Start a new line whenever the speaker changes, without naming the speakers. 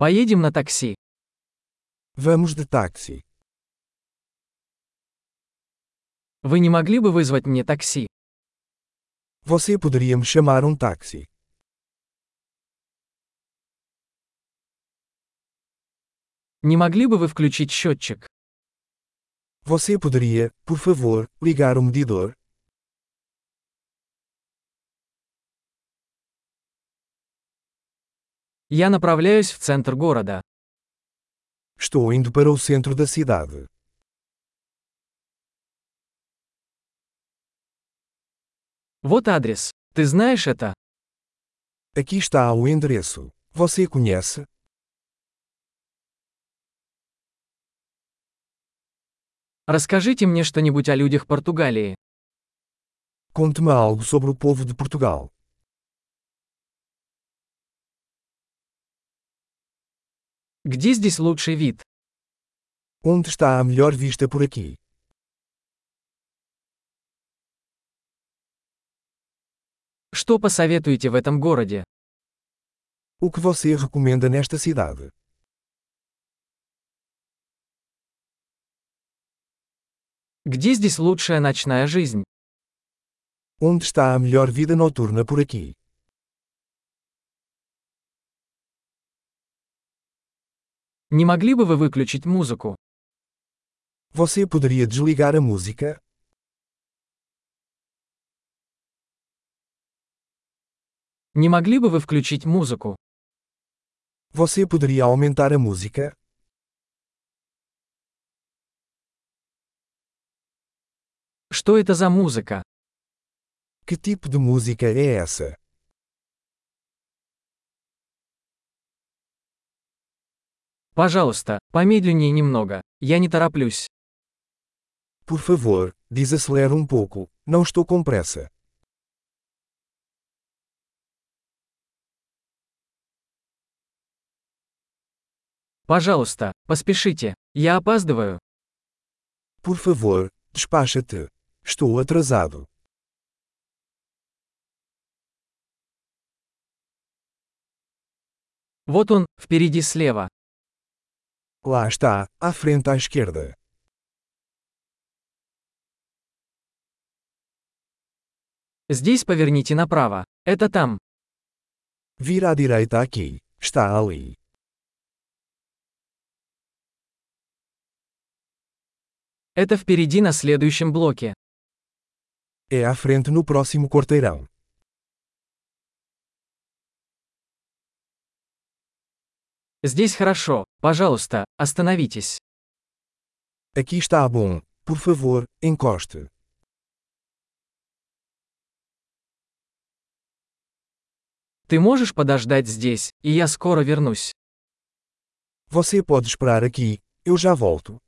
Поедем на такси.
Vamos de táxi.
Вы не могли бы вызвать мне такси?
Você poderia me chamar um táxi?
Не могли бы вы включить счетчик?
Você poderia, por favor, ligar o medidor?
Я направляюсь в центр города.
Estou indo para o centro da cidade.
Вот адрес. Ты знаешь это?
Aqui está o endereço. Você conhece?
Расскажите мне что-нибудь о людях Португалии.
Conte-me algo sobre o povo de Portugal.
Где здесь лучший вид?
Onde está a melhor vista por aqui?
Что посоветуете в этом городе?
O que você recomenda nesta cidade?
Где здесь лучшая ночная жизнь?
Onde está a melhor vida noturna por aqui?
Не могли бы вы выключить музыку?
Você poderia desligar a música?
Не могли бы вы включить музыку?
Você poderia aumentar a música?
Что это за музыка?
Que tipo de música é essa?
Пожалуйста, помедленнее немного. Я не тороплюсь.
Por favor, desacelere um pouco. Não estou com pressa.
Пожалуйста, поспешите. Я опаздываю.
Por favor, despacha-te. Estou atrasado.
Вот он, впереди слева.
Lá está, à frente à esquerda.
Здесь поверните направо. Это там.
Vira à direita aqui. Está ali.
Это впереди на следующем блоке.
É à frente no próximo quarteirão.
Здесь хорошо. Пожалуйста, остановитесь.
Aqui está bom. Por favor, encoste.
Ты можешь подождать здесь, и я скоро вернусь.
Você pode esperar aqui. Eu já volto.